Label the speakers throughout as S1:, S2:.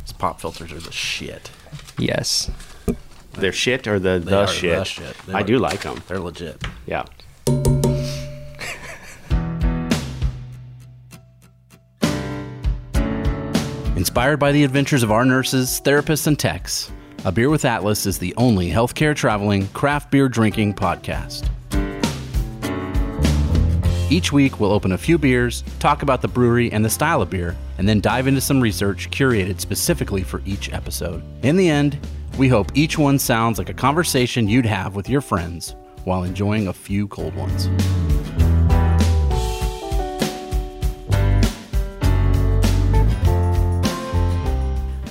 S1: These pop filters are the shit.
S2: Yes.
S3: Their shit or the
S1: are
S3: the
S1: the
S3: shit.
S1: shit. They
S3: I
S1: are-
S3: do like them.
S1: They're legit.
S3: Yeah.
S1: Inspired by the adventures of our nurses, therapists, and techs, A Beer with Atlas is the only healthcare traveling, craft beer drinking podcast. Each week, we'll open a few beers, talk about the brewery and the style of beer, and then dive into some research curated specifically for each episode. In the end, we hope each one sounds like a conversation you'd have with your friends while enjoying a few cold ones.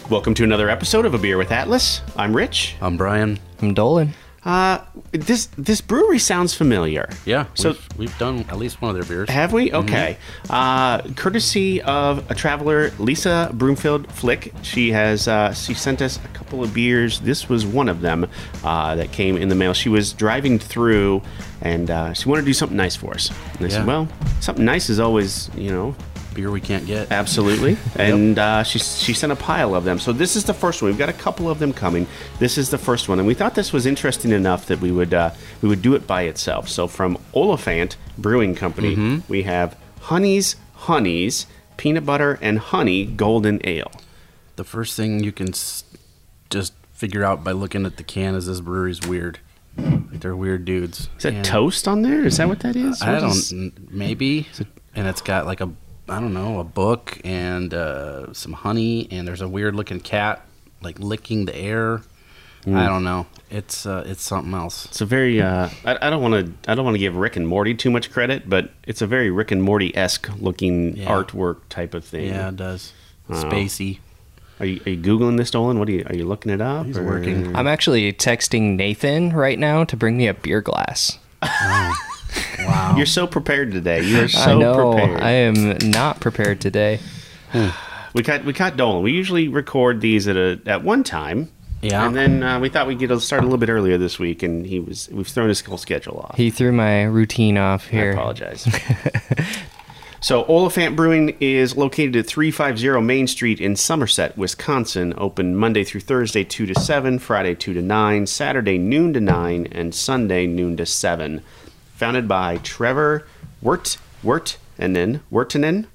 S3: Welcome to another episode of A Beer with Atlas. I'm Rich.
S1: I'm Brian.
S2: I'm Dolan.
S3: Uh, this this brewery sounds familiar.
S1: Yeah,
S3: So
S1: we've, Mm-hmm. we've done at least one of their beers.
S3: Have we? Okay. Uh, courtesy of a traveler, Lisa Broomfield Flick. She has uh, she sent us a couple of beers. This was one of them uh, that came in the mail. She was driving through, and uh, she wanted to do something nice for us. And
S1: Yeah.
S3: I said, "Well, something nice is always, you know,
S1: Beer we can't get.
S3: absolutely." And uh, she she sent a pile of them. So this is the first one. We've got a couple of them coming. This is the first one, and we thought this was interesting enough that we would uh, we would do it by itself. So from Oliphant Brewing Company,
S1: Mm-hmm.
S3: we have Honeys Honeys Peanut Butter and Honey Golden Ale.
S1: The first thing you can s- just figure out by looking at the can is this brewery's weird. Like they're weird dudes.
S3: Is that
S1: And
S3: toast on there? Is that what that is?
S1: I
S3: What
S1: don't.
S3: is-
S1: n- Maybe. And it's got like a I don't know a book and uh, some honey and there's a weird looking cat like licking the air.
S3: Hmm.
S1: I don't know. It's uh, it's something else.
S3: It's a very. Uh, I, I don't want to. I don't want to give Rick and Morty too much credit, but it's a very Rick and Morty esque looking
S1: Yeah.
S3: artwork type of thing.
S1: Yeah, it does.
S3: Wow.
S1: Spacey.
S3: Are you, are you googling this, Dolan? What are you? Are you looking it up?
S1: He's
S3: or-
S1: working.
S2: I'm actually texting Nathan right now to bring me a beer glass.
S1: Wow.
S3: You're so prepared today. You are
S2: I
S3: so
S2: know.
S3: prepared.
S2: I am not prepared today.
S3: we caught we caught Dolan. We usually record these at a at one time.
S1: Yeah.
S3: And then uh, we thought we'd get to start a little bit earlier this week, and he was we've thrown his whole schedule off.
S2: He threw my routine off
S3: I
S2: here.
S3: apologize. so Oliphant Brewing is located at 350 Main Street in Somerset, Wisconsin, open Monday through Thursday 2 to 7, Friday 2 to 9, Saturday noon to 9, and Sunday noon to 7. Founded by Trevor Wirt Wirt and then Wirtanen,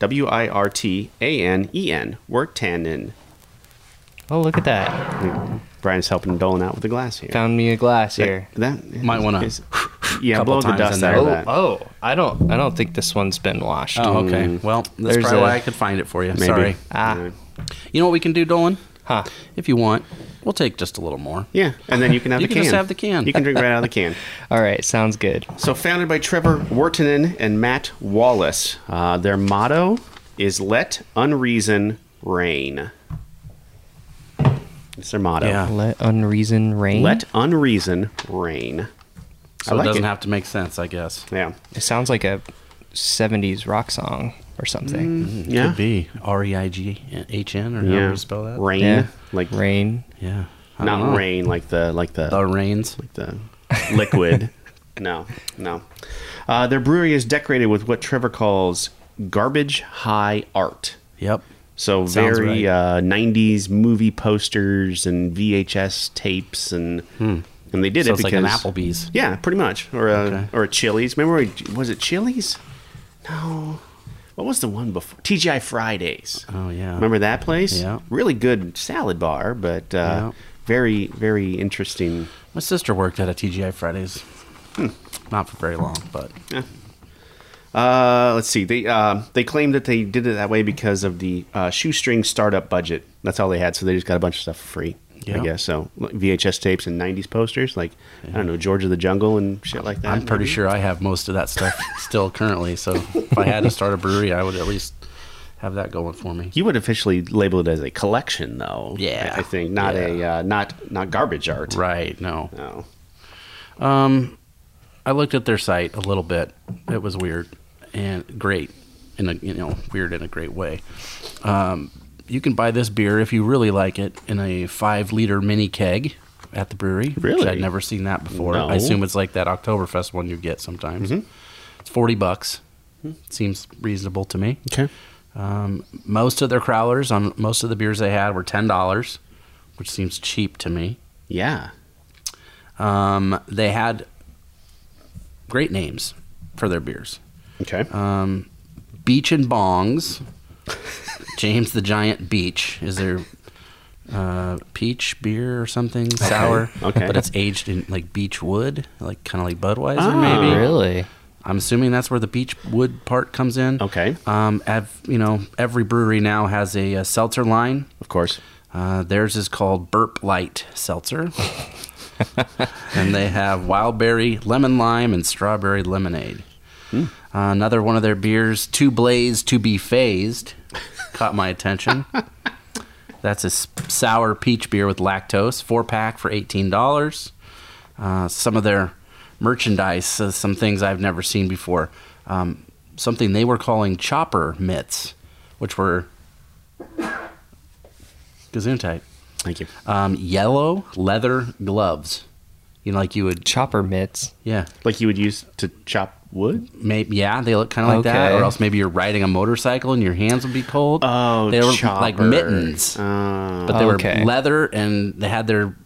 S3: W I R T A N E N, Wirtanen.
S2: Oh, look at that.
S3: Brian's helping Dolan out with the glass here.
S2: Found me a glass here.
S3: That,
S1: Might wanna-
S3: is- yeah,
S1: couple
S3: blow the
S1: times
S3: dust
S1: in
S3: out
S1: there.
S3: of
S2: Oh,
S3: that.
S2: oh, I don't I don't think this one's been washed.
S1: Oh, okay. Well, that's
S2: There's
S1: probably
S2: a-
S1: why I could find it for you.
S3: Maybe.
S1: Sorry.
S2: Ah.
S1: You know what we can do, Dolan?
S2: Huh.
S1: If you want, we'll take just a little more.
S3: Yeah, and then you can have
S1: You
S3: the
S1: can
S3: can.
S1: just have the can.
S3: You can drink right out of the can.
S2: All right, sounds good.
S3: So, founded by Trevor Wortanen and Matt Wallace, uh, their motto is "Let unreason reign." It's their motto.
S1: Yeah.
S2: Let unreason reign.
S3: Let unreason reign.
S1: So
S3: like
S1: it doesn't
S3: it.
S1: have to make sense, I guess.
S3: Yeah.
S2: It sounds like a 70s rock song or something.
S3: yeah.
S1: Mm-hmm. Could be R E I G H N or however
S3: Yeah.
S1: you spell that.
S3: Rain.
S2: Yeah.
S3: Like
S2: Rain.
S1: Yeah. I don't
S3: not
S1: know.
S3: rain. Like the like the
S1: The rains.
S3: the liquid. no, no. Uh, their brewery is decorated with what Trevor calls garbage high art.
S1: Yep.
S3: So
S1: Sounds
S3: very
S1: right.
S3: uh, '90s movie posters and VHS tapes, and and they did
S1: So
S3: it
S1: it's Hmm. like
S3: because
S1: an Applebee's.
S3: Yeah, pretty much, or a
S1: Okay.
S3: or a Chili's. Remember, we, was it Chili's? No, what was the one before TGI Fridays?
S1: Oh, yeah.
S3: remember that place?
S1: Yeah.
S3: really good salad bar, but uh,
S1: Yeah.
S3: very very interesting.
S1: My sister worked at a TGI Fridays.
S3: Hmm.
S1: Not for very long, but
S3: Uh, let's see. They uh, they claim that they did it that way because of the uh, shoestring startup budget. That's all they had, so they just got a bunch of stuff for free. I
S1: Yeah.
S3: guess so. like VHS tapes and '90s posters, like I don't know, George of the Jungle and shit like that.
S1: I'm pretty
S3: maybe?
S1: sure I have most of that stuff still currently. So if I had to start a brewery, I would at least have that going for me.
S3: you would officially label it as a collection, though.
S1: Yeah.
S3: I, I think not a
S1: Yeah.
S3: uh, not not garbage art.
S1: Right. No.
S3: No.
S1: Um, I looked at their site a little bit. It was weird and great in a you know weird in a great way. Um, you can buy this beer if you really like it in a five liter mini keg at the brewery.
S3: Really?
S1: which I'd never seen that before.
S3: No. Mm-hmm.
S1: I assume it's like that Oktoberfest one you get sometimes. It's forty bucks. Seems reasonable to me.
S3: Okay.
S1: Um, most of their crowlers on most of the beers they had were ten dollars, which seems cheap to me.
S3: Yeah.
S1: Um, they had great names for their beers.
S3: Okay.
S1: Um, Beach and Bongs. James the Giant Beach is their uh, peach beer or something sour,
S3: okay.
S1: but it's aged in like beech wood, like kind of like Budweiser
S3: Ah.
S1: maybe.
S2: Really?
S1: I'm assuming that's where the beech wood part comes in.
S3: Okay.
S1: Um, I've, you know, every brewery now has a, uh seltzer line.
S3: of course.
S1: Uh, theirs is called Burp Light Seltzer. and they have wild berry, lemon lime, and strawberry lemonade. Uh, another one of their beers, Two Blaze to Be Phased, caught my attention. That's a s- sour peach beer with lactose, four pack for $18. Uh, some of their merchandise, uh, some things I've never seen before. Um, something they were calling chopper mitts, which were Gesundheit.
S3: Thank you.
S1: Um, yellow leather gloves. You know, like you would,
S2: Chopper mitts.
S1: yeah,
S3: Like you would use to chop wood?
S1: maybe, yeah, they look kind of like that.
S2: Okay.
S1: Or else maybe you're riding a motorcycle and your hands would be cold.
S3: Oh,
S1: they were
S3: chopper.
S1: like mittens,
S3: Uh,
S1: but they
S2: Okay.
S1: were leather and they had their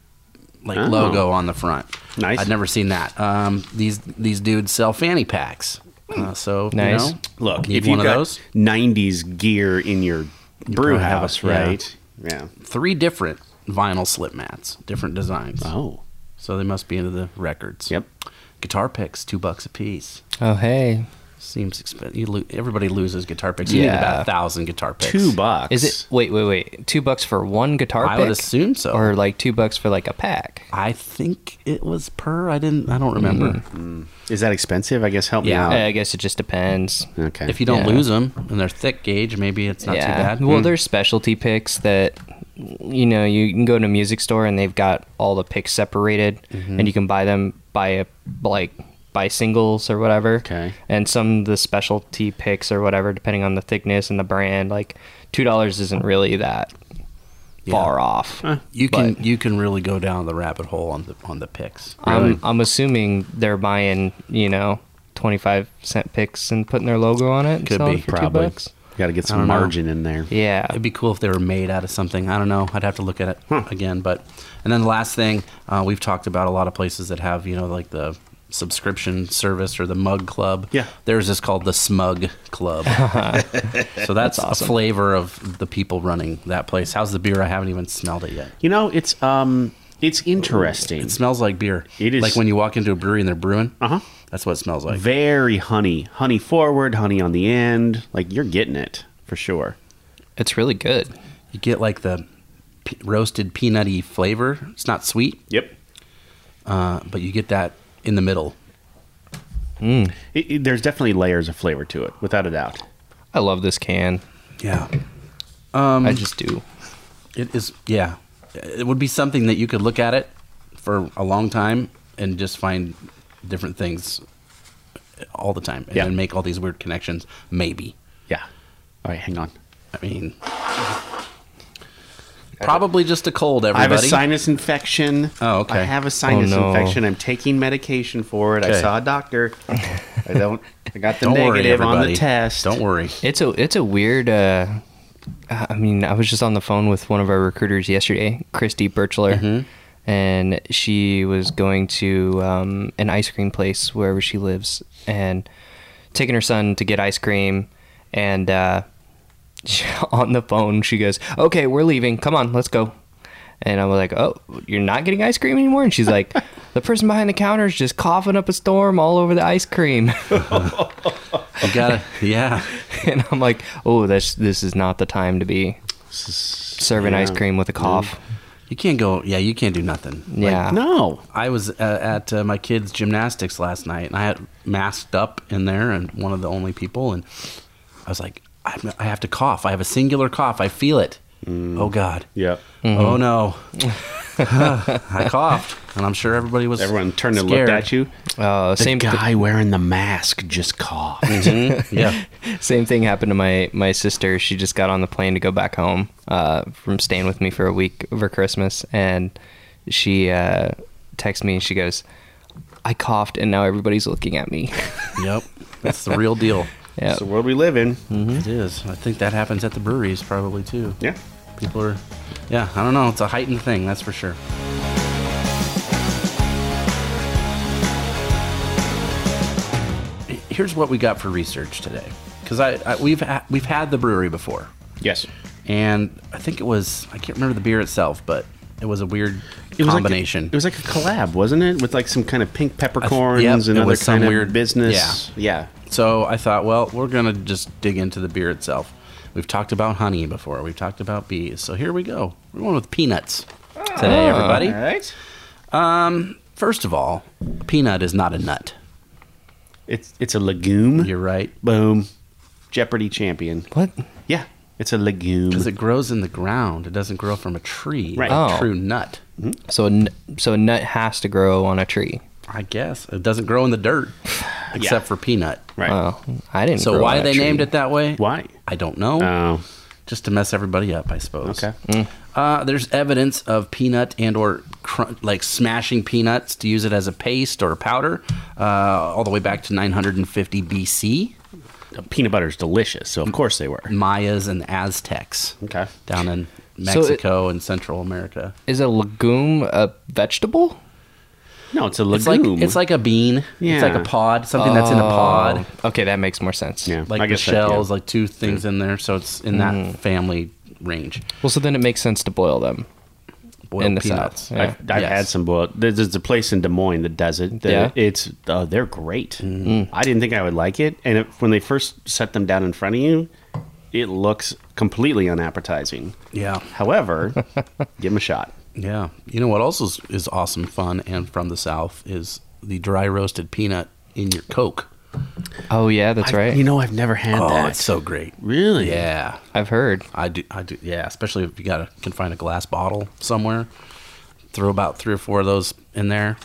S1: like logo on the front.
S3: Oh. Nice.
S1: I'd never seen that. Um, these these dudes sell fanny packs. Uh, so
S2: Nice.
S1: you know,
S3: Hmm. look,
S1: need
S3: if
S1: one
S3: you've
S1: of
S3: got
S1: those.
S3: 90s gear in your
S1: probably
S3: brew
S1: have
S3: house,
S1: it, yeah.
S3: right? Yeah.
S1: Three different vinyl slip mats, different designs.
S3: Oh.
S1: So they must be into the records.
S3: Yep.
S1: Guitar picks, two bucks a piece.
S2: Oh hey,
S1: Seems expensive. You lo- everybody loses guitar picks. You need
S2: Yeah.
S1: about a thousand guitar picks.
S3: Two bucks.
S2: is it? Wait, wait, wait. Two bucks for one guitar
S1: I
S2: pick,
S1: would assume so.
S2: or like two bucks for like a pack.
S1: I think it was per. I didn't. I don't remember.
S2: Mm,
S3: Is that expensive? I guess help
S1: Yeah.
S3: me
S2: Uh,
S3: out.
S2: I guess it just depends.
S3: okay.
S1: If you don't 'em
S2: Yeah.
S1: lose them and they're thick gauge, maybe it's not too bad.
S2: Well,
S1: Mm.
S2: there's specialty picks that you know you can go to a music store and they've got all the picks separated, and you can buy them by a like by singles or whatever.
S3: Okay.
S2: And some of the specialty picks or whatever, depending on the thickness and the brand, like two dollars isn't really that far off.
S1: you can
S2: but-
S1: you can really go down the rabbit hole on the on the picks.
S2: I'm I'm assuming they're buying you know twenty five cent picks and putting their logo on it. and
S1: Could
S2: selling
S1: be,
S2: it for two
S3: probably.
S2: bucks.
S3: Got to get some
S1: don't know.
S3: margin in there.
S2: Yeah.
S1: It'd be cool if they were made out of something. I don't know. I'd have to look at it
S3: Hmm.
S1: again. But and then the last thing uh, we've talked about a lot of places that have you know like the subscription service or the mug club.
S3: Yeah.
S1: there's this called the Smug Club. so that's, a flavor of the people running that place. How's the beer? I haven't even smelled it yet.
S3: You know, it's um, it's interesting.
S1: It smells like beer.
S3: It is-
S1: like when you walk into a brewery and they're brewing.
S3: Uh huh.
S1: That's what it smells like.
S3: Very honey, honey forward, honey on the end. Like you're getting it for sure.
S2: It's really good.
S1: You get like the pe- roasted peanutty flavor. It's not sweet,
S3: Yep.
S1: uh, but you get that in the middle.
S3: It, it- there's definitely layers of flavor to it, without a doubt.
S2: I love this can.
S1: Yeah.
S2: I just do.
S1: It is, yeah. It would be something that you could look at it for a long time and just find different things all the time, and
S3: Yeah.
S1: then make all these weird connections. Maybe.
S3: Yeah. All right, hang on.
S1: I mean, probably just a cold.
S3: I have
S1: Everybody.
S3: a sinus infection.
S1: Oh, okay.
S3: I have a sinus
S2: Oh, no.
S3: infection. I'm taking medication for it. I
S1: Okay.
S3: saw a doctor. I don't. I got the
S1: Don't worry,
S3: negative
S1: everybody.
S3: on the test.
S1: Don't worry.
S2: It's a it's a weird. Uh, I mean, I was just on the phone with one of our recruiters yesterday, Christy Birchler, and she was going to um, an ice cream place wherever she lives, and taking her son to get ice cream, and uh, on the phone she goes, "Okay, we're leaving. Come on, let's go." And I was like, "Oh, you're not getting ice cream anymore?" And she's like, "The person behind the counter is just coughing up a storm all over the ice cream."
S1: You gotta, yeah.
S2: and I'm like, oh, this this is not the time to be serving
S3: yeah. Mm.
S2: ice cream with a cough.
S1: You can't go. Yeah, you can't do nothing. Like,
S2: Yeah,
S3: No.
S1: I was uh, at uh, my kids' gymnastics last night, and I had masked up in there, and one of the only people, and I was like, I'm, I have to cough. I have a singular cough. I feel it.
S3: Mm.
S1: Oh God.
S3: Yep.
S1: Oh no. I coughed, and I'm sure everybody was.
S3: Everyone turned and
S1: scared.
S3: looked at you.
S2: uh,
S3: The
S2: same th-
S3: guy wearing the mask just coughed.
S1: Yeah.
S2: same thing happened to my my sister. She just got on the plane to go back home uh, from staying with me for a week over Christmas, and she uh, texts me and she goes, "I coughed, and now everybody's looking at me."
S1: Yep. That's the real deal.
S2: Yeah.
S3: It's the world we live in.
S1: It is. I think that happens at the breweries probably too.
S3: Yeah.
S1: People are, yeah, I don't know. It's a heightened thing, that's for sure. Here's what we got for research today, because I, I we've ha- we've had the brewery before,
S3: Yes.
S1: and I think it was I can't remember the beer itself, but it was a weird combination.
S3: Like a, it was like a collab, wasn't it? With like some kind of pink peppercorns
S1: yep,
S3: and
S1: it
S3: other
S1: was some
S3: kind of
S1: weird-
S3: business. Yeah.
S1: So I thought, well, we're going to just dig into the beer itself. We've talked about honey before. We've talked about bees. So here we go. We're going with peanuts today, everybody.
S3: All right.
S1: First of all, a peanut is not a nut.
S3: It's it's a legume.
S1: You're right.
S3: Boom. Jeopardy champion.
S2: What?
S3: Yeah. It's a legume.
S1: Because it grows in the ground. It doesn't grow from a tree.
S3: Right.
S1: like A
S2: Oh.
S1: true nut.
S2: So a n- so a nut has to grow on a tree.
S1: I guess. It doesn't grow in the dirt, except for peanut.
S3: right.
S2: Oh, I didn't.
S1: So
S2: grow
S1: why
S2: on a
S1: they
S2: tree.
S1: named it that way?
S3: Why?
S1: I don't know.
S3: Oh.
S1: just to mess everybody up, I suppose.
S3: Okay.
S1: Uh, there's evidence of peanut and or cr- like smashing peanuts to use it as a paste or a powder, uh, all the way back to 950 BC.
S3: Peanut butter is delicious, so of course they were.
S1: Mm. Mayas and Aztecs.
S3: Okay.
S1: Down in
S2: So it-
S1: Mexico and Central America.
S2: Is a legume a vegetable?
S3: No, it's a legume.
S1: It's like it's like a bean. It's like
S3: Yeah.
S1: a pod, something that's in a pod.
S2: Oh, okay, that makes more sense.
S3: Yeah. I
S1: Like the
S3: guess that- yeah.
S1: shells, like two things in there, so it's in that
S2: Mm.
S1: family range.
S2: Well, so then it makes sense to boil them
S1: Boiled
S2: in the
S1: peanuts.
S2: south. Yeah.
S3: I've, I've
S1: Yes.
S3: had some boiled. There's, there's a place in Des Moines that does it. that
S2: Yeah. Mm-hmm.
S3: It's uh, they're great. I didn't think I would like it, and it, when they first set them down in front of you, it looks completely unappetizing.
S1: Yeah.
S3: However, give them a shot.
S1: Yeah. You know what also is, is awesome fun and from the South is the dry roasted peanut in your Coke.
S2: oh yeah, that's right.
S3: You know, I've never had
S1: Oh,
S3: that.
S1: it's so great.
S3: really,
S1: Yeah.
S2: I've heard.
S1: I do. I do. Yeah. Especially if you got to can find a glass bottle somewhere. Throw about three or four of those in there.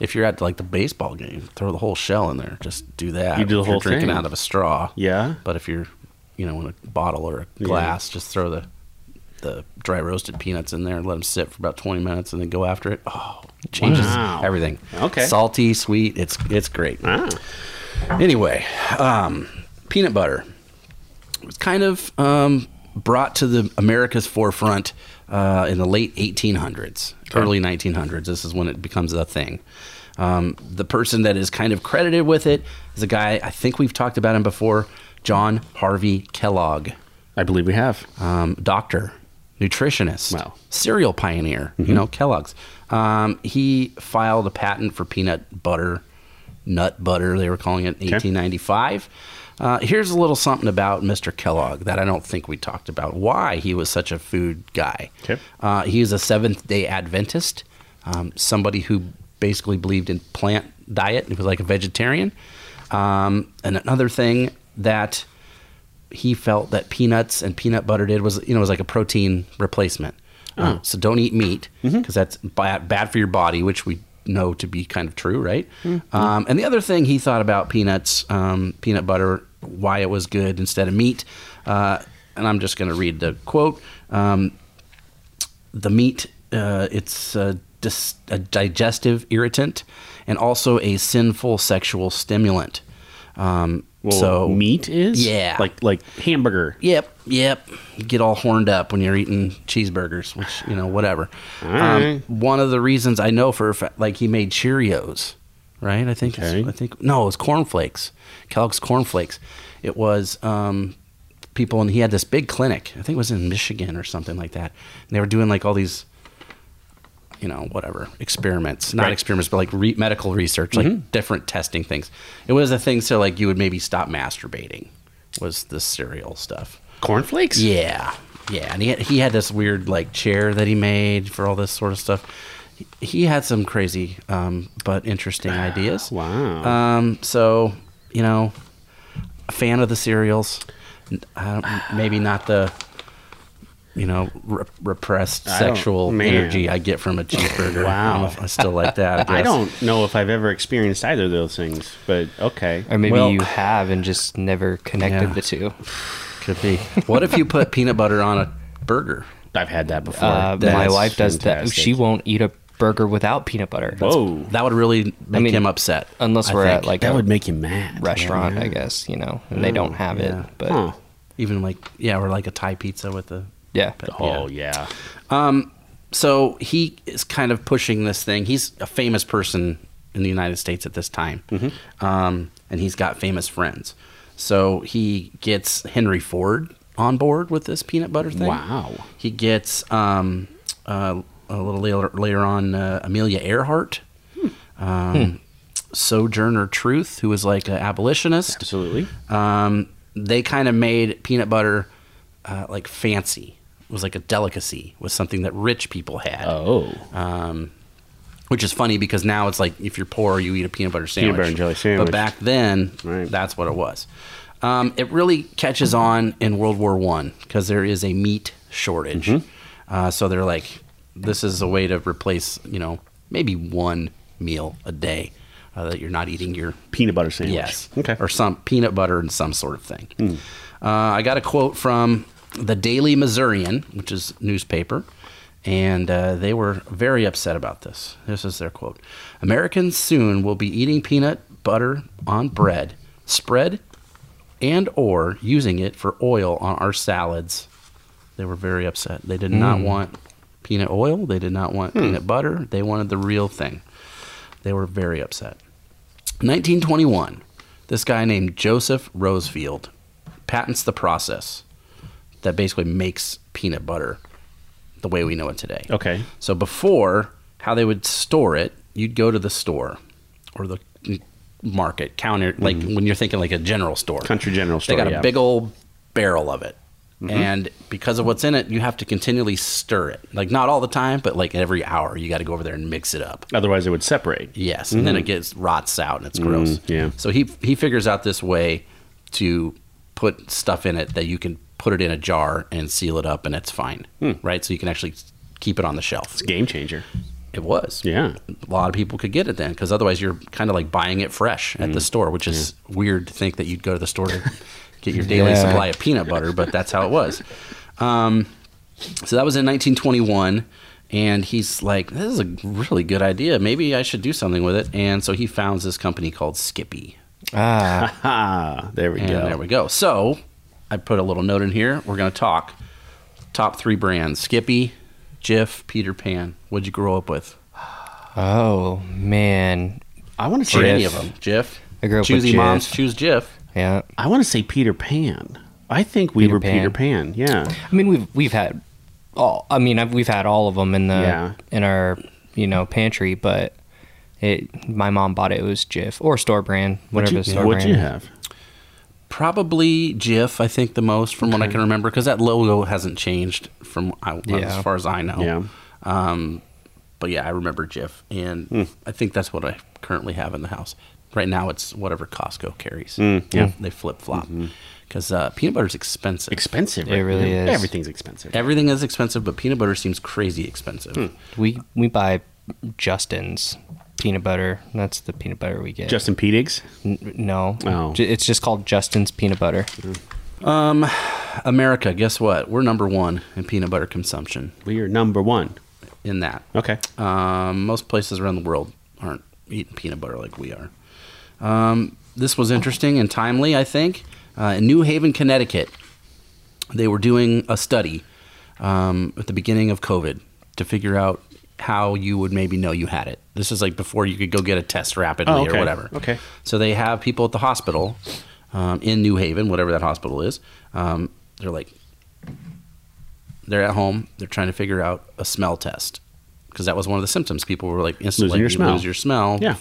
S1: If you're at like the baseball game, throw the whole shell in there. Just do that.
S3: You do the
S1: If you're
S3: whole
S1: drinking
S3: thing.
S1: out of a straw.
S3: Yeah.
S1: But if you're, you know, in a bottle or a glass, just throw the the dry roasted peanuts in there and let them sit for about 20 minutes and then go after it. Oh, changes
S3: Wow.
S1: everything.
S3: Okay.
S1: Salty, sweet. It's it's great.
S3: Ah,
S1: Anyway, um, peanut butter was kind of um, brought to the America's forefront uh, in the late 1800s, early 1900s. This is when it becomes a thing. Um, the person that is kind of credited with it is a guy I think we've talked about him before, John Harvey Kellogg,
S3: I believe we have.
S1: um, doctor, nutritionist,
S3: Wow.
S1: cereal pioneer. You know Kellogg's. Um, he filed a patent for peanut butter, nut butter. They were calling it in 1895. Uh, here's a little something about Mr. Kellogg that I don't think we talked about. Why he was such a food guy.
S3: Okay.
S1: Uh, he is a Seventh Day Adventist, um, somebody who basically believed in plant diet. He was like a vegetarian. Um, and another thing that he felt that peanuts and peanut butter did was you know it was like a protein replacement. Uh, so don't eat meat because that's bad, bad for your body, which we know to be kind of true, right? Um, and the other thing he thought about peanuts, um, peanut butter, why it was good instead of meat. Uh, and I'm just going to read the quote. Um, the meat uh, it's a, dis- a digestive irritant and also a sinful sexual stimulant um,
S3: Well,
S1: so
S3: meat is
S1: Yeah.
S3: like like hamburger.
S1: yep yep you get all horned up when you're eating cheeseburgers which you know whatever Um,
S3: Alright.
S1: one of the reasons i know for a fa- like he made cheerios right i think it's-
S3: Okay.
S1: i think no it was cornflakes kellogg's cornflakes it was um, people and he had this big clinic i think it was in michigan or something like that and they were doing like all these you know, whatever experiments, not
S3: Right.
S1: experiments, but like re- medical research, like different testing things. It was a thing, so like you would maybe stop masturbating. Was the cereal stuff?
S3: Cornflakes.
S1: Yeah, yeah. And he had, he had this weird like chair that he made for all this sort of stuff. He- He had some crazy um, but interesting ideas.
S3: Wow.
S1: Um, so you know, a fan of the cereals. N- I don't, maybe not the you know re- repressed
S3: I don't-
S1: sexual
S3: man.
S1: energy I get from a cheeseburger.
S3: Wow.
S1: I'm a- I still like that. I,
S3: I
S1: guess.
S3: don't know if I've ever experienced either of those things, but okay.
S2: Or maybe
S1: Well-
S2: you have and just never connected
S1: Yeah.
S2: the two.
S1: Could be. What if you put peanut butter on a burger?
S3: I've had that before.
S2: Uh,
S3: That's
S2: my wife does that.
S3: fantastic.
S2: She won't eat a burger without peanut butter.
S3: Whoa.
S1: That would really make
S2: mean,
S1: him upset.
S2: unless
S1: I
S2: we're
S1: think.
S2: at like
S3: that
S2: a
S3: would make you mad.
S2: restaurant,
S3: Yeah.
S2: I guess, you know, and they don't have
S1: yeah.
S2: it. But
S3: Oh, Huh.
S1: even like yeah, or like a Thai pizza with the
S2: yeah.
S3: Oh, yeah.
S1: so he is kind of pushing this thing. He's a famous person in the United States at this time,
S3: Mm-hmm.
S1: um, and he's got famous friends. So he gets Henry Ford on board with this peanut butter thing.
S3: Wow.
S1: He gets um, uh, a little later, later on uh, Amelia Earhart,
S3: Hmm.
S1: um, Sojourner Truth, who was like an abolitionist
S3: Absolutely.
S1: um, they kind of made peanut butter uh, like fancy. It was like a delicacy. Was something that rich people had.
S3: Oh.
S1: Um, which is funny because now it's like if you're poor, you eat a peanut butter sandwich.
S3: Peanut butter and jelly sandwich.
S1: But back then,
S3: Right.
S1: that's what it was. Um, it really catches on in World War One because there is a meat shortage.
S3: Mm-hmm.
S1: Uh, so they're like, this is a way to replace, you know, maybe one meal a day uh, that you're not eating your
S3: Peanut butter sandwich.
S1: Yes.
S3: Okay. Hmm.
S1: Or some peanut butter and some sort of thing. Uh, I got a quote from the Daily Missourian, which is newspaper, and uh, they were very upset about this. This is their quote: "Americans soon will be eating peanut butter on bread, spread, and or using it for oil on our salads." They were very upset. They did
S3: Hmm.
S1: not want peanut oil. They did not want peanut butter. They wanted the real thing. They were very upset. 1921, this guy named Joseph Rosefield patents the process that basically makes peanut butter the way we know it today.
S3: Okay.
S1: So before, how they would store it, you'd go to the store or the market counter, like when you're thinking like a general store.
S3: Mm-hmm. Country General Store.
S1: They got
S3: yeah. Mm-hmm.
S1: a big old barrel of it. And because of what's in it, you have to continually stir it. Like not all the time, but like every hour, you got to go over there and mix it up.
S3: Otherwise, it would separate.
S1: Yes, and then it gets rots out and it's gross.
S3: Mm. yeah.
S1: So he he figures out this way to put stuff in it that you can put it in a jar and seal it up and it's fine.
S3: Hmm.
S1: Right? So you can actually keep it on the shelf.
S3: It's a game changer.
S1: It was.
S3: Yeah.
S1: A lot of people could get it then because otherwise you're kind of like buying it fresh at the store, which is weird to think that you'd go to the store to get your daily
S2: Yeah.
S1: supply of peanut butter, but that's how it was. Um, so that was in 1921. And he's like, this is a really good idea. Maybe I should do something with it. And so he founds this company called Skippy.
S2: Ah,
S3: Ah, there we
S1: And
S3: go.
S1: there we go. So I put a little note in here. We're going to talk top three brands Skippy, Jif, Peter Pan. What'd you grow up with?
S2: oh man,
S3: I want to
S1: Or
S3: say
S1: any of them. Jif.
S2: I grew up
S1: Choosy
S2: with Jif.
S1: moms choose Jif.
S2: yeah.
S3: I want to say Peter Pan. I think we
S2: Peter
S3: were
S2: Pan.
S3: Peter Pan. Yeah.
S2: I mean, we've we've had all. I mean, I've, we've had all of them in the
S3: Yeah.
S2: in our you know pantry, but it. My mom bought it. It was Jif or store brand, whatever the store
S3: What'd
S2: brand.
S3: you have?
S1: Probably Jif, I think the most from what I can remember because that logo hasn't changed from I, uh,
S2: Yeah.
S1: as far as I know.
S3: Yeah.
S1: Um, but yeah, I remember Jif, and
S2: Hmm.
S1: I think that's what I currently have in the house. Right now, it's whatever Costco carries.
S2: Hmm,
S3: yeah.
S1: they flip flop
S2: Mm-hmm.
S1: because uh, peanut butter's expensive.
S3: Expensive.
S2: It really
S3: now.
S2: is.
S3: Everything's expensive.
S1: Everything is expensive, but peanut butter seems crazy expensive.
S2: Hmm. We we buy Justin's peanut butter. That's the peanut butter we get.
S3: Justin Pedigs.
S2: N- no,
S3: Oh.
S2: J- it's just called Justin's peanut butter.
S1: America, guess what? We're number one in peanut butter consumption.
S3: We are number one.
S1: In that,
S3: Okay.
S1: Um, most places around the world aren't eating peanut butter like we are. Um, this was interesting and timely, I think. Uh, in New Haven, Connecticut, they were doing a study um, at the beginning of COVID to figure out how you would maybe know you had it. This is like before you could go get a test rapidly
S3: Oh, okay.
S1: or whatever.
S3: Okay.
S1: So they have people at the hospital um, in New Haven, whatever that hospital is. Um, they're like, they're at home. They're trying to figure out a smell test because that was one of the symptoms. People were like, instantly
S3: Losing your
S1: you
S3: smell.
S1: lose your smell.
S3: Yeah.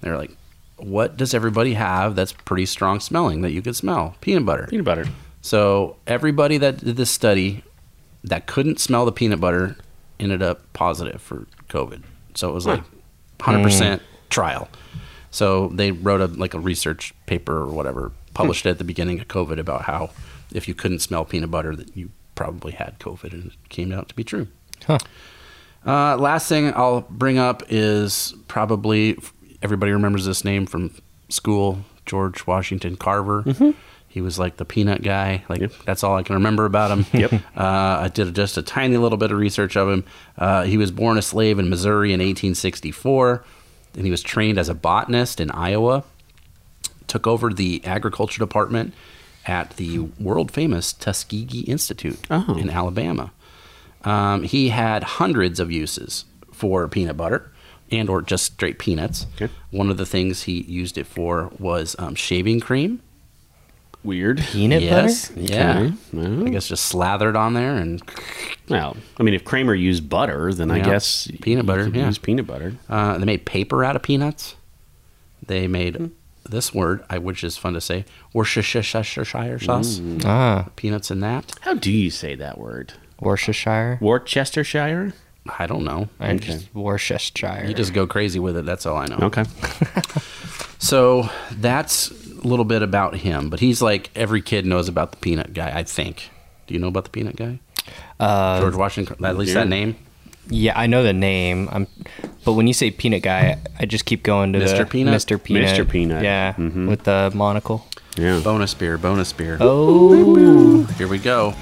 S1: They were like, what does everybody have that's pretty strong smelling that you could smell? Peanut butter.
S3: Peanut butter.
S1: So everybody that did this study that couldn't smell the peanut butter ended up positive for COVID. So it was like 100% trial. So they wrote a like a research paper or whatever, published it at the beginning of COVID about how if you couldn't smell peanut butter that you probably had COVID and it came out to be true.
S2: Huh.
S1: Uh, last thing I'll bring up is probably everybody remembers this name from school, George Washington Carver. He was like the peanut guy. Like
S3: Mm-hmm. Yep.
S1: that's all I can remember about him.
S3: Yep.
S1: Uh, I did just a tiny little bit of research of him. Uh, he was born a slave in Missouri in 1864, and he was trained as a botanist in Iowa. Took over the agriculture department at the world famous Tuskegee Institute
S3: Oh.
S1: in Alabama. Um, he had hundreds of uses for peanut butter and or just straight peanuts.
S3: Okay.
S1: One of the things he used it for was um, shaving cream.
S3: Weird.
S2: Peanut
S1: yes.
S2: butter?
S1: Yeah.
S3: Okay. Well.
S1: I guess just slathered on there and
S3: Well, I mean, if Kramer used butter, then I
S1: Yeah.
S3: guess
S1: Peanut butter,
S3: you could
S1: yeah.
S3: Use peanut butter.
S1: uh, they made paper out of peanuts. They made
S3: Hmm.
S1: this word, I which is fun to say, Worcestershire sauce.
S3: Mm.
S2: Ah,
S1: Peanuts in that.
S3: How do you say that word?
S2: Worcestershire.
S3: Worcestershire.
S1: I don't know.
S2: I just Worcestershire.
S1: You just go crazy with it. That's all I know.
S3: Okay.
S1: So that's a little bit about him, but he's like every kid knows about the peanut guy, I think. Do you know about the peanut guy?
S2: Uh,
S1: George Washington, at least
S3: yeah.
S1: that name,
S2: yeah, I know the name. I'm, but when you say peanut guy, I just keep going to the
S1: Mr. Peanut?
S2: Mr. Peanut.
S3: Mr. Peanut.
S2: Yeah, with the monocle.
S3: Yeah.
S1: bonus beer, bonus beer.
S2: Oh,
S1: Here we go.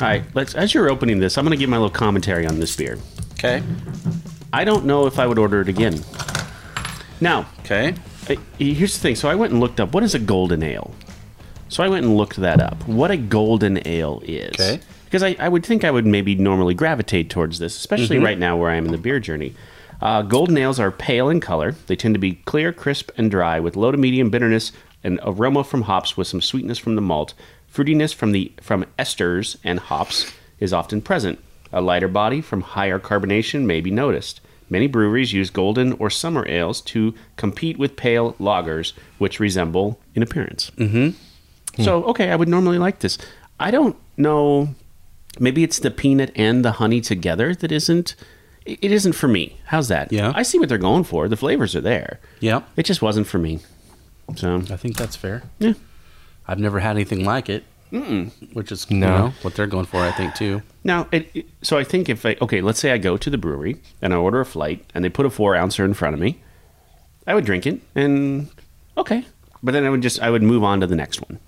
S3: All right. Let's. As you're opening this, I'm going to give my little commentary on this beer.
S1: Okay.
S3: I don't know if I would order it again. Now,
S1: Okay.
S3: Uh, Here's the thing. So I went and looked up what is a golden ale. So I went and looked that up. What a golden ale is.
S1: Okay.
S3: Because I, I would think I would maybe normally gravitate towards this, especially right now where I am in the beer journey. Uh, golden ales are pale in color. They tend to be clear, crisp, and dry, with low to medium bitterness and aroma from hops, with some sweetness from the malt. Fruitiness from the from esters and hops is often present. A lighter body from higher carbonation may be noticed. Many breweries use golden or summer ales to compete with pale lagers, which resemble in appearance. Mm-hmm.
S1: Hmm.
S3: So, okay, I would normally like this. I don't know. Maybe it's the peanut and the honey together that isn't. It it isn't for me. How's that?
S1: Yeah.
S3: I see what they're going for. The flavors are there.
S1: Yeah,
S3: It just wasn't for me. So,
S1: I think that's fair.
S3: yeah.
S1: I've never had anything like it, Mm-mm. which is you
S2: No.
S1: know, what they're going for, I think too.
S3: Now, it, it- so I think if I okay, let's say I go to the brewery and I order a flight, and they put a four ouncer in front of me, I would drink it and okay, but then I would just I would move on to the next one.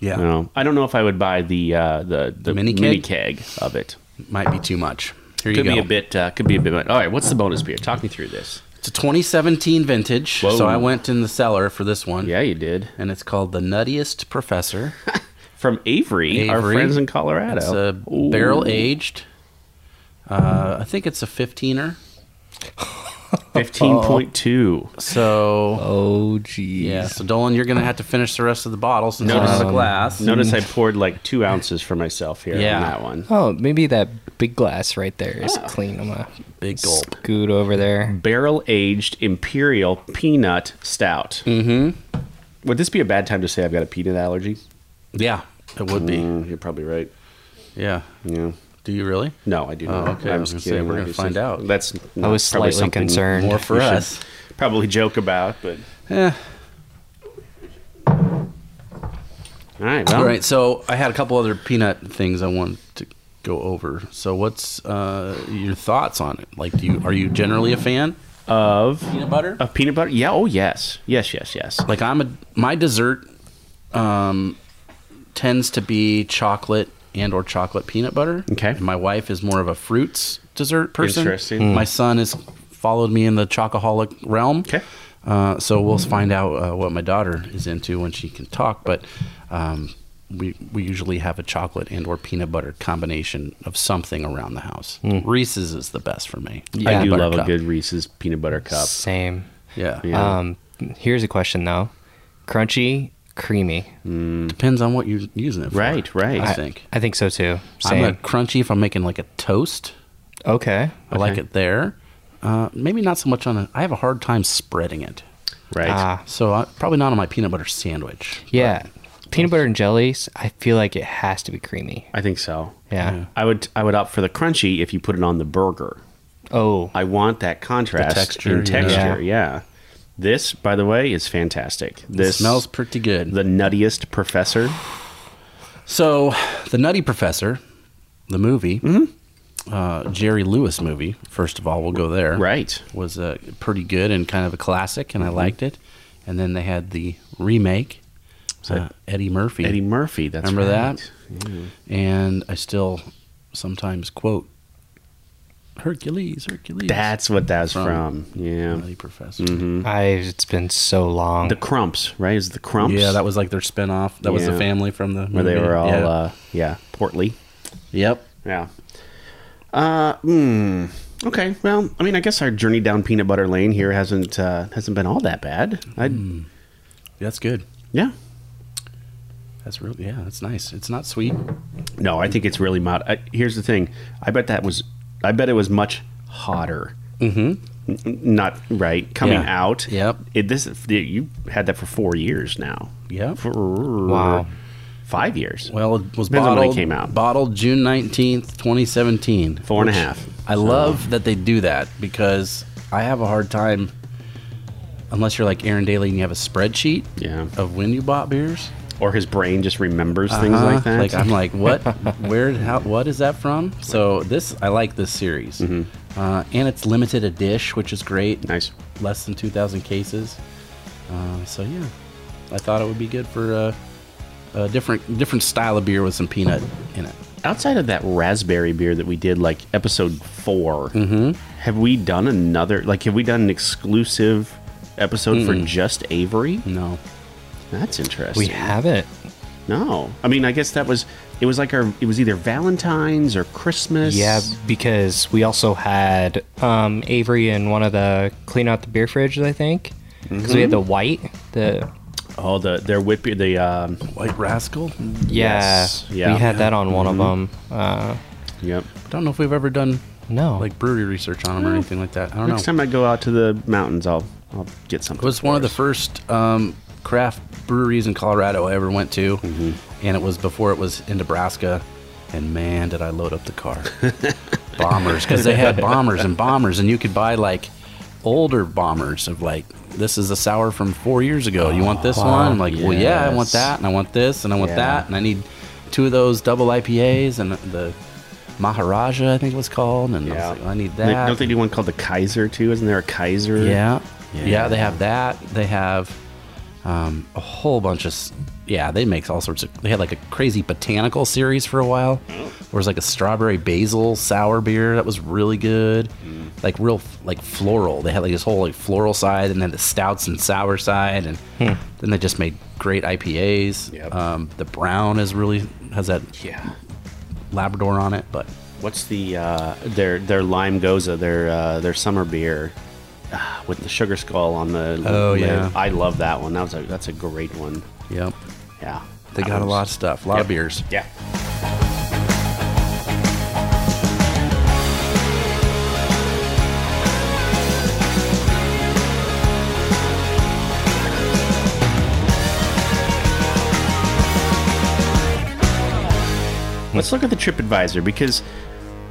S1: Yeah,
S3: You know, I don't know if I would buy the uh, the the
S1: Mini
S3: mini
S1: keg?
S3: keg, of it.
S1: might be too much. Here
S3: Could
S1: you go.
S3: be a bit. Uh, could be a bit. much. All right, what's the bonus beer? Talk me through this.
S1: It's a 2017 vintage,
S3: Whoa.
S1: so I went in the cellar for this one.
S3: Yeah, you did
S1: and it's called the Nuttiest Professor.
S3: from Avery, our
S1: Avery.
S3: friends in Colorado.
S1: It's a
S3: Ooh.
S1: barrel aged. Uh, I think it's a 15er.
S3: fifteen point two.
S1: So
S2: oh, geez.
S1: yeah, so Dolan, you're gonna have to finish the rest of the bottle since it's out of
S3: Notice-
S1: glass.
S3: Um, Notice I poured like two ounces for myself here
S1: Yeah.
S3: on that one.
S2: Oh, maybe that big glass right there is
S1: Oh.
S2: clean. I'm gonna
S1: Big gulp.
S2: scoot over there.
S3: barrel aged imperial peanut stout. Mm-hmm. Would this be a bad time to say I've got a peanut allergy?
S1: Yeah, it would be.
S3: Mm, you're probably right.
S1: Yeah.
S3: Yeah.
S1: Do you really?
S3: No, I do
S1: Oh,
S3: not.
S1: okay. I
S3: I'm
S1: was
S3: just
S1: gonna say,
S3: kidding.
S1: we're gonna
S3: obviously.
S1: find out.
S3: That's
S2: I
S3: not
S2: was
S3: probably
S2: slightly
S3: something
S2: concerned.
S1: More for
S3: we should
S1: us.
S3: Probably joke about, but
S1: Yeah.
S3: all right. Well,
S1: All right. So I had a couple other peanut things I wanted to go over. So what's uh, your thoughts on it? Like, do you are you generally a fan
S3: Of
S1: peanut butter?
S3: of peanut butter? Yeah. Oh yes. Yes. Yes. Yes.
S1: like I'm a my dessert um tends to be chocolate and or chocolate peanut butter.
S3: Okay.
S1: And my wife is more of a fruits dessert person.
S3: Interesting. Hmm.
S1: My son has followed me in the chocoholic realm.
S3: Okay.
S1: Uh, so we'll find out uh, what my daughter is into when she can talk, but um, we we usually have a chocolate and or peanut butter combination of something around the house. Reese's is the best for me.
S3: Hmm. I
S2: Yeah,
S3: do
S1: butter
S3: love
S1: cup.
S3: a good Reese's peanut butter cup.
S2: Same.
S1: Yeah.
S3: Yeah.
S2: Um, here's a question though: crunchy, creamy.
S1: Depends on what you're using it for.
S3: Right, right.
S1: I
S3: I-
S1: think.
S2: I think so too.
S1: I'm
S2: Same.
S1: a crunchy if I'm making like a toast.
S2: okay.
S1: I like
S3: Okay.
S1: it there. Uh, maybe not so much on a. I have a hard time spreading it,
S3: Right.
S2: Ah,
S1: so I, probably not on my peanut butter sandwich.
S2: yeah. Peanut butter and jellies. I feel like it has to be creamy.
S3: I think so.
S2: Yeah.
S3: I would I would opt for the crunchy if you put it on the burger.
S2: Oh,
S3: I want that contrast
S1: The texture,
S3: in
S1: yeah.
S3: texture. Yeah. This, by the way, is fantastic.
S1: It
S3: This
S1: smells pretty good.
S3: the nuttiest professor.
S1: so, the Nutty Professor, the movie, uh, Jerry Lewis movie. First of all, we'll go there.
S3: Mm-hmm. Right. Mm-hmm.
S1: was uh, pretty good and kind of a classic, and I liked it. And then they had the remake, uh, Eddie Murphy.
S3: Eddie Murphy. That's
S1: Remember
S3: right.
S1: that? and I still sometimes quote Hercules, Hercules.
S3: That's what that's
S1: From-
S3: from. Yeah. Mm-hmm.
S1: Nutty Professor.
S2: I it's been so long.
S3: The Crumps, right? Is it the Crumps?
S1: Yeah, that was like their spinoff. That was the
S3: Yeah.
S1: family from the
S3: where they
S1: movie.
S3: were all
S1: Yeah.
S3: uh, yeah portly.
S1: yep.
S3: Yeah. Uh, mm, okay. Well, I mean, I guess our journey down peanut butter lane here hasn't uh, hasn't been all that bad. I
S1: Hmm. That's good.
S3: yeah.
S1: That's real. Yeah, that's nice. It's not sweet.
S3: No, I think it's really mod. I, here's the thing. I bet that was. I bet it was much hotter. Mm-hmm. not right coming
S1: Yeah.
S3: out.
S1: Yep.
S3: It, this you had that for four years now.
S1: Yep.
S3: For
S2: Wow.
S3: Five years.
S1: Well, it was
S3: Depends on when it
S1: bottled.
S3: came out.
S1: Bottled June nineteenth, twenty seventeen.
S3: Four and a half.
S1: I love that they do that because I have a hard time. Unless you're like Aaron Daly and you have a spreadsheet
S3: Yeah.
S1: of when you bought beers,
S3: Or his brain just remembers things
S1: Uh-huh.
S3: like that.
S1: I'm like, what? Where? How? What is that from? So this, I like this series,
S3: Mm-hmm.
S1: uh, and it's limited a dish, which is great.
S3: nice.
S1: Less than 2,000 cases. Uh, so yeah, I thought it would be good for uh, a different different style of beer with some peanut in it.
S3: Outside of that raspberry beer that we did, like episode 4
S1: Mm-hmm.
S3: have we done another? Like, have we done an exclusive episode for just Avery?
S1: No,
S3: That's interesting.
S2: we haven't.
S3: No, I mean, I guess that was it was like our it was either Valentine's or Christmas.
S2: Yeah, because we also had um, Avery in one of the clean out the beer fridges, I think. Because we had the white, the
S3: Oh, the their whip beer. The um,
S1: White Rascal.
S2: yeah,
S3: Yes, yeah.
S2: we had that on one of them. Uh,
S3: yep.
S1: I don't know if we've ever done
S2: no,
S1: like brewery research on them or anything like that. I don't
S3: Next
S1: know.
S3: time I go out to the mountains, I'll I'll get something.
S1: It was one of the first um, craft breweries in Colorado I ever went to,
S3: Mm-hmm.
S1: and it was before it was in Nebraska. And man, did I load up the car. bombers, because they had bombers and bombers, and you could buy like older bombers of like, this is a sour from four years ago. You want this one? I'm like, well, yeah, I want
S3: Oh, yes.
S1: that, and I want this, and I want
S3: Yeah.
S1: that, and I need two of those double IPAs and the Maharaja, I think it was called, and I
S3: Yeah.
S1: was like, well, I need
S3: They-
S1: that.
S3: don't they do one called the Kaiser too? Isn't there a Kaiser?
S1: Yeah.
S3: Yeah.
S1: yeah. they have that. They have um, a whole bunch of. s- Yeah, they make all sorts of. They had like a crazy botanical series for a while. Where it was like a strawberry basil sour beer that was really good.
S3: Mm.
S1: Like real f- like floral. They had like this whole like floral side and then the stouts and sour side and then they just made great IPAs.
S3: Hmm. Yep.
S1: Um, the brown is really has that
S3: Yeah.
S1: Labrador on it, but
S3: What's the uh, their their lime goza their uh, their summer beer ah, with the sugar skull on the?
S1: Oh, yeah.
S3: I love that one. That was a, that's a great one.
S1: yep.
S3: Yeah,
S1: They
S3: That
S1: got a
S3: one's-
S1: lot of stuff, a lot of
S3: Yep.
S1: beers.
S3: Yeah. Let's look at the TripAdvisor because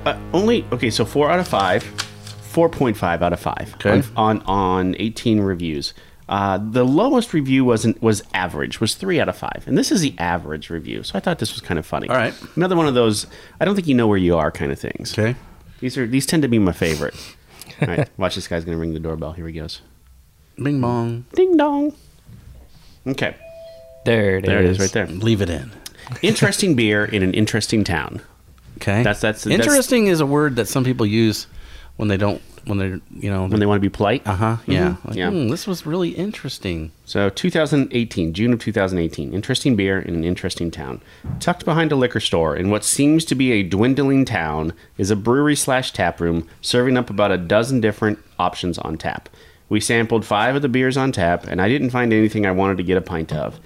S3: uh, only okay. So four out of five, four point five out of five
S1: Okay.
S3: on, on on eighteen reviews. Uh, the lowest review wasn't was average was three out of five, and this is the average review. So I thought this was kind of funny.
S1: All right.
S3: another one of those I don't think you know where you are kind of things.
S1: Okay.
S3: These are these tend to be my favorite. All right, watch this guy's gonna ring the doorbell. Here he goes.
S1: Bing bong.
S3: Ding dong. Okay,
S2: there it is.
S3: there it is right there.
S1: Leave it in.
S3: Interesting beer in an interesting town.
S1: Okay,
S3: That's- that's- that's-
S1: interesting. is a word that some people use when they don't when they're you know
S3: When they want to be polite.
S1: uh huh yeah
S3: Mhm,
S1: Like,
S3: yeah.
S1: "Hmm, this was really interesting.
S3: So 2018, June of 2018, interesting beer in an interesting town. Tucked behind a liquor store in what seems to be a dwindling town is a brewery slash tap room serving up about a dozen different options on tap. We sampled five of the beers on tap, and I didn't find anything I wanted to get a pint of.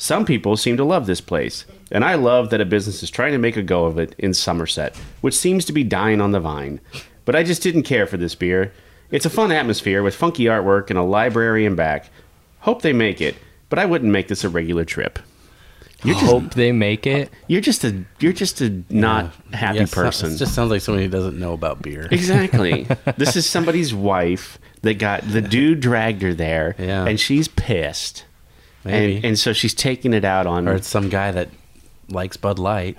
S3: Some people seem to love this place, and I love that a business is trying to make a go of it in Somerset, which seems to be dying on the vine. But I just didn't care for this beer. It's a fun atmosphere with funky artwork and a library in back. Hope they make it, but I wouldn't make this a regular trip.
S2: You hope they make it.
S3: You're just a you're just a not happy
S1: Yeah, so-
S3: person.
S1: It just sounds like somebody who doesn't know about beer.
S3: Exactly. this is somebody's wife that got the dude dragged her there,
S1: Yeah.
S3: and she's pissed,
S1: Maybe.
S3: and and so she's taking it out on
S1: or it's some guy that likes Bud Light.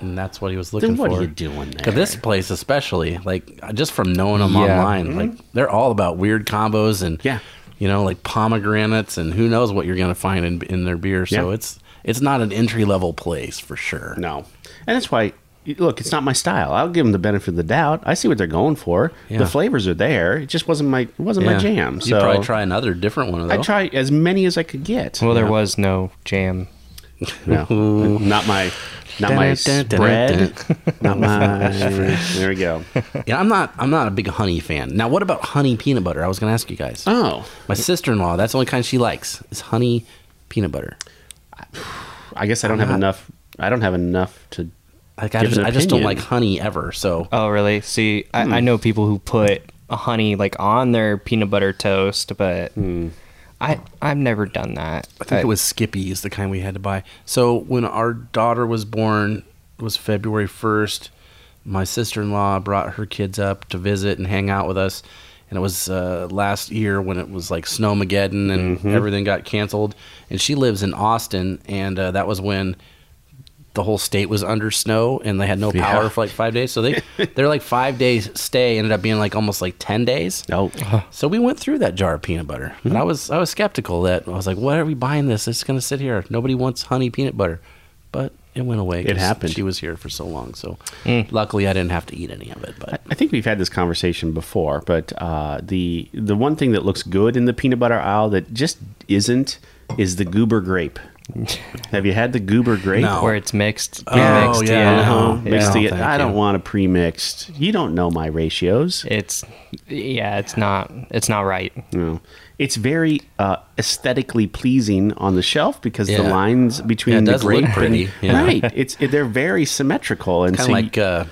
S1: and that's what he was looking
S4: Then what
S1: for.
S4: are you doing there?
S1: 'Cause this place, especially, like uh, just from knowing them
S2: Yeah.
S1: online, like they're all about weird combos and
S3: Mm-hmm. Yeah.
S1: you know, like pomegranates and who knows what you're gonna find in in their beer. So
S3: Yeah.
S1: it's it's not an entry level place for sure.
S3: No. And that's why, look, it's not my style. I'll give them the benefit of the doubt. I see what they're going for.
S1: Yeah.
S3: The flavors are there. It just wasn't my it wasn't my jam.
S1: You'd
S3: So
S1: probably try another different one of
S3: I
S1: those.
S3: try as many as I could get.
S2: Well, there was no jam.
S3: No, not my, not my spread. not my. There we go.
S1: Yeah, I'm not. I'm not a big honey fan. Now, what about honey peanut butter? I was going to ask you guys.
S3: Oh,
S1: My sister-in-law. That's the only kind she likes is honey peanut butter.
S3: I guess I don't have
S1: not-
S3: enough. I don't have enough to.
S1: Like I
S3: Give
S1: just,
S3: an
S1: I just don't
S3: opinion.
S1: like honey ever. So
S2: Oh, really? See, I, I know people who put a honey like on their peanut butter toast, but I I've never done that.
S1: I think it was Skippy's, the kind we had to buy. So when our daughter was born, it was February 1st. My sister in law brought her kids up to visit and hang out with us. And it was uh, last year when it was like Snowmageddon and everything got canceled. And she lives in Austin. And uh, that was when the whole state was under snow and they had no
S3: Yeah.
S1: power for like five days. So they, their like five days stay ended up being like almost like 10 days.
S3: No,
S1: So we went through that jar of peanut butter,
S3: Hmm.
S1: and I was I was skeptical that I was like, "What are we buying this? It's going to sit here. Nobody wants honey peanut butter." But it went away.
S3: It
S1: 'cause
S3: happened. Hmm.
S1: She was here for so long, so luckily I didn't have to eat any of it. But
S3: I think we've had this conversation before, but uh, the the one thing that looks good in the peanut butter aisle that just isn't is the goober grape. have you had the goober grape?
S1: No.
S2: Uh, where it's mixed.
S1: Oh,
S2: mixed,
S1: yeah,
S3: No,
S1: Yeah.
S3: mixed
S1: No,
S3: toge-
S1: thank
S3: I don't
S1: you.
S3: want a pre-mixed. You don't know my ratios.
S2: It's yeah, it's not it's not right.
S3: No. It's very uh, aesthetically pleasing on the shelf because the
S1: Yeah.
S3: lines between
S1: Yeah, it
S3: the
S1: does look
S3: grape
S1: pretty,
S3: and,
S1: yeah.
S3: right, it's it, they're very symmetrical and
S1: kind of
S3: so you-
S1: like uh,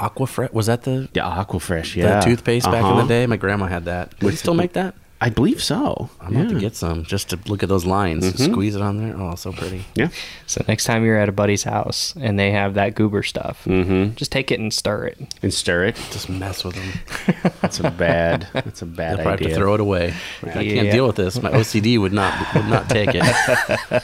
S1: Aquafresh. Was that the,
S3: yeah, Aquafresh,
S1: the
S3: yeah,
S1: toothpaste back in
S3: Uh-huh.
S1: the day? My grandma had that. Would still make that?
S3: I believe so.
S1: I'm going to have to get some just to look at those lines,
S3: Mm-hmm.
S1: squeeze it on there. Oh, so pretty.
S3: Yeah,
S2: So next time you're at a buddy's house and they have that goober stuff, mm-hmm. just take it and stir it.
S3: and stir it.
S1: Just mess with them.
S3: That's a bad. That's a bad
S1: If I have
S3: idea.
S1: to throw it away, I can't
S2: Yeah.
S1: deal with this. My OCD would not would not take it.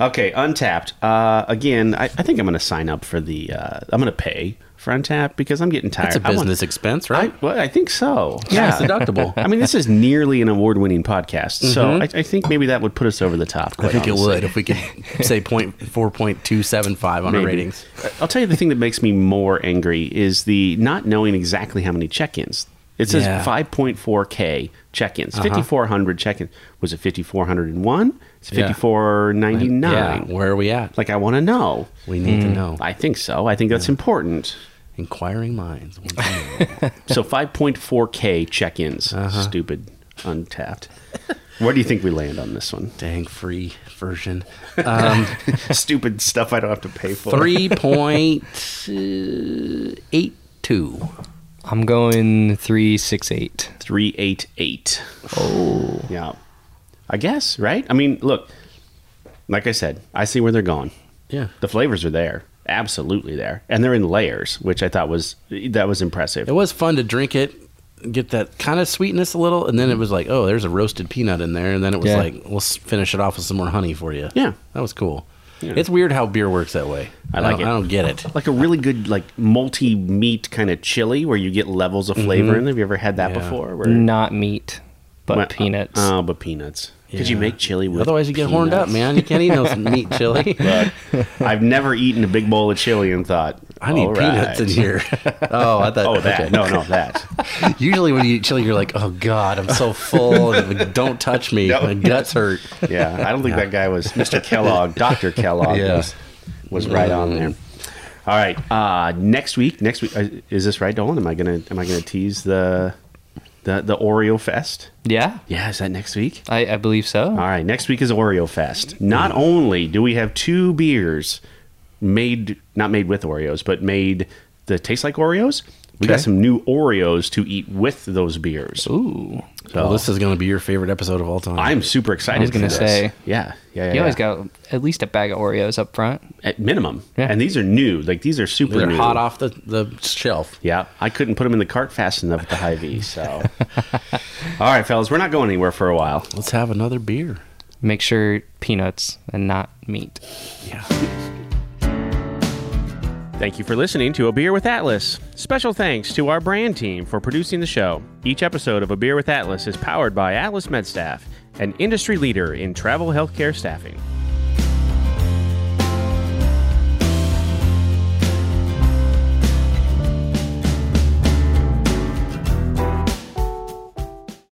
S3: Okay, Untapped. Uh, again, I, I think I'm going to sign up for the. Uh, I'm going to pay for Untapped because I'm getting tired.
S1: It's a
S3: I want-
S1: business expense,
S3: I,
S1: right?
S3: well, I think so.
S1: Tax deductible. Mm-hmm.
S3: I mean, this is nearly an award-winning podcast, so I, I think maybe that would put us over the top.
S1: I
S3: quite
S1: think
S3: honestly.
S1: it would if we could say point four point two seven five on our
S3: Maybe.
S1: ratings.
S3: I'll tell you the thing that makes me more angry is the not knowing exactly how many check-ins. It says
S1: Yeah. Uh-huh.
S3: 5.4k check-ins, 5400 check-ins. Was it 5401? It's
S1: Yeah.
S3: 5499.
S1: Yeah, where are we at?
S3: Like I want to know.
S1: We need to know.
S3: I think so. I think that's important.
S1: Inquiring minds.
S3: So 5.4k check-ins. Stupid, untapped. Where do you think we land on this one?
S1: Dang free version. Um,
S3: Stupid stuff I don't have to pay for.
S1: Three point uh, eight two.
S2: I'm going three six eight.
S3: 388. Oh. Yeah. I guess, right? I mean, look, like I said, I see where they're going.
S1: Yeah.
S3: The flavors are there. Absolutely there. And they're in layers, which I thought was that was impressive.
S1: It was fun to drink it, get that kind of sweetness a little, and then it was like, oh, there's a roasted peanut in there, and then it was
S2: Yeah.
S1: like, let's finish it off with some more honey for you.
S3: Yeah.
S1: that was cool.
S3: Yeah.
S1: It's weird how beer works that way.
S3: I like
S1: don't-
S3: it.
S1: I don't get it.
S3: Like a really good like multi meat kind of chili where you get levels of flavor in. there. Have you ever had that
S1: Yeah.
S3: before? Where
S2: Not meat, but
S3: Well,
S2: peanuts.
S3: Oh, but peanuts. Because you
S1: Yeah.
S3: make chili with
S1: Otherwise, you get horned up,
S3: peanuts. Oh
S1: man. You can't eat no meat chili.
S3: I've never eaten a big bowl of chili and thought,
S1: I need
S3: "All
S1: peanuts in here.
S3: right."
S1: Oh, I thought.
S3: Oh, that.
S1: okay.
S3: No, no, that.
S1: Usually, when you eat chili, you're like, "Oh God, I'm so full. and Don't touch me.
S3: No.
S1: My guts hurt."
S3: Yeah, I don't think that guy was Mr. Kellogg, Dr. Kellogg
S1: Yeah.
S3: was, was right on there. All right, uh, next week, next week uh, is this right, Dolan? Am I gonna am I gonna tease the the the Oreo Fest?
S2: yeah,
S3: Yeah, is that next week?
S2: I, I believe so.
S3: All right, next week is Oreo Fest. Not only do we have two beers made, not made with Oreos, but made that taste like Oreos. We got
S1: Okay.
S3: some new Oreos to eat with those beers.
S2: Ooh,
S1: Well, this is going to be your favorite episode of all time.
S3: I'm super excited.
S2: I was gonna
S3: for this.
S2: say,
S3: yeah, yeah, yeah.
S2: you always
S3: yeah.
S2: got at least a bag of Oreos up front.
S3: at minimum.
S2: Yeah.
S3: And these are new. Like these are super
S1: They're
S3: new.
S1: hot off the, the shelf.
S3: Yeah, I couldn't put them in the cart fast enough at the high V. So, all right, fellas, we're not going anywhere for a while.
S1: Let's have another beer.
S2: Make sure peanuts and not meat.
S1: Yeah.
S3: Thank you for listening to A Beer with Atlas. Special thanks to our brand team for producing the show. Each episode of A Beer with Atlas is powered by Atlas MedStaff, an industry leader in travel healthcare staffing.